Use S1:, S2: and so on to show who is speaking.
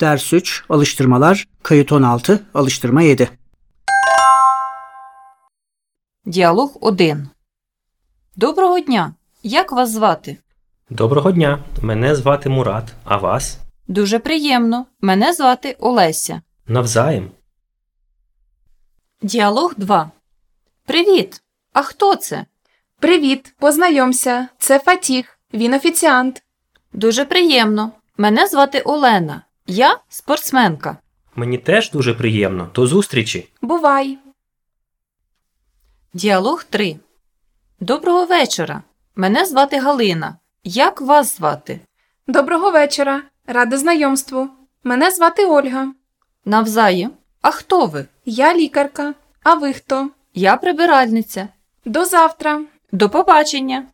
S1: Ders 3, alıştırmalar, kayıt 16, alıştırma 7.
S2: Діалог 1. Доброго дня. Як вас звати?
S3: Доброго дня, мене звати Мурат, а вас?
S2: Дуже приємно. Мене звати Олеся.
S3: Навзаєм.
S2: Діалог 2. Привіт. А хто це?
S4: Привіт, познайомся. Це Фатіх. Він офіціант.
S2: Дуже приємно. Мене звати Олена. Я спортсменка.
S3: Мені теж дуже приємно. До зустрічі.
S4: Бувай.
S2: Діалог 3. Доброго вечора. Мене звати Галина. Як вас звати?
S4: Доброго вечора. Рада знайомству. Мене звати Ольга.
S2: Навзаєм. А хто ви?
S4: Я лікарка. А ви хто?
S2: Я прибиральниця.
S4: До завтра.
S2: До побачення.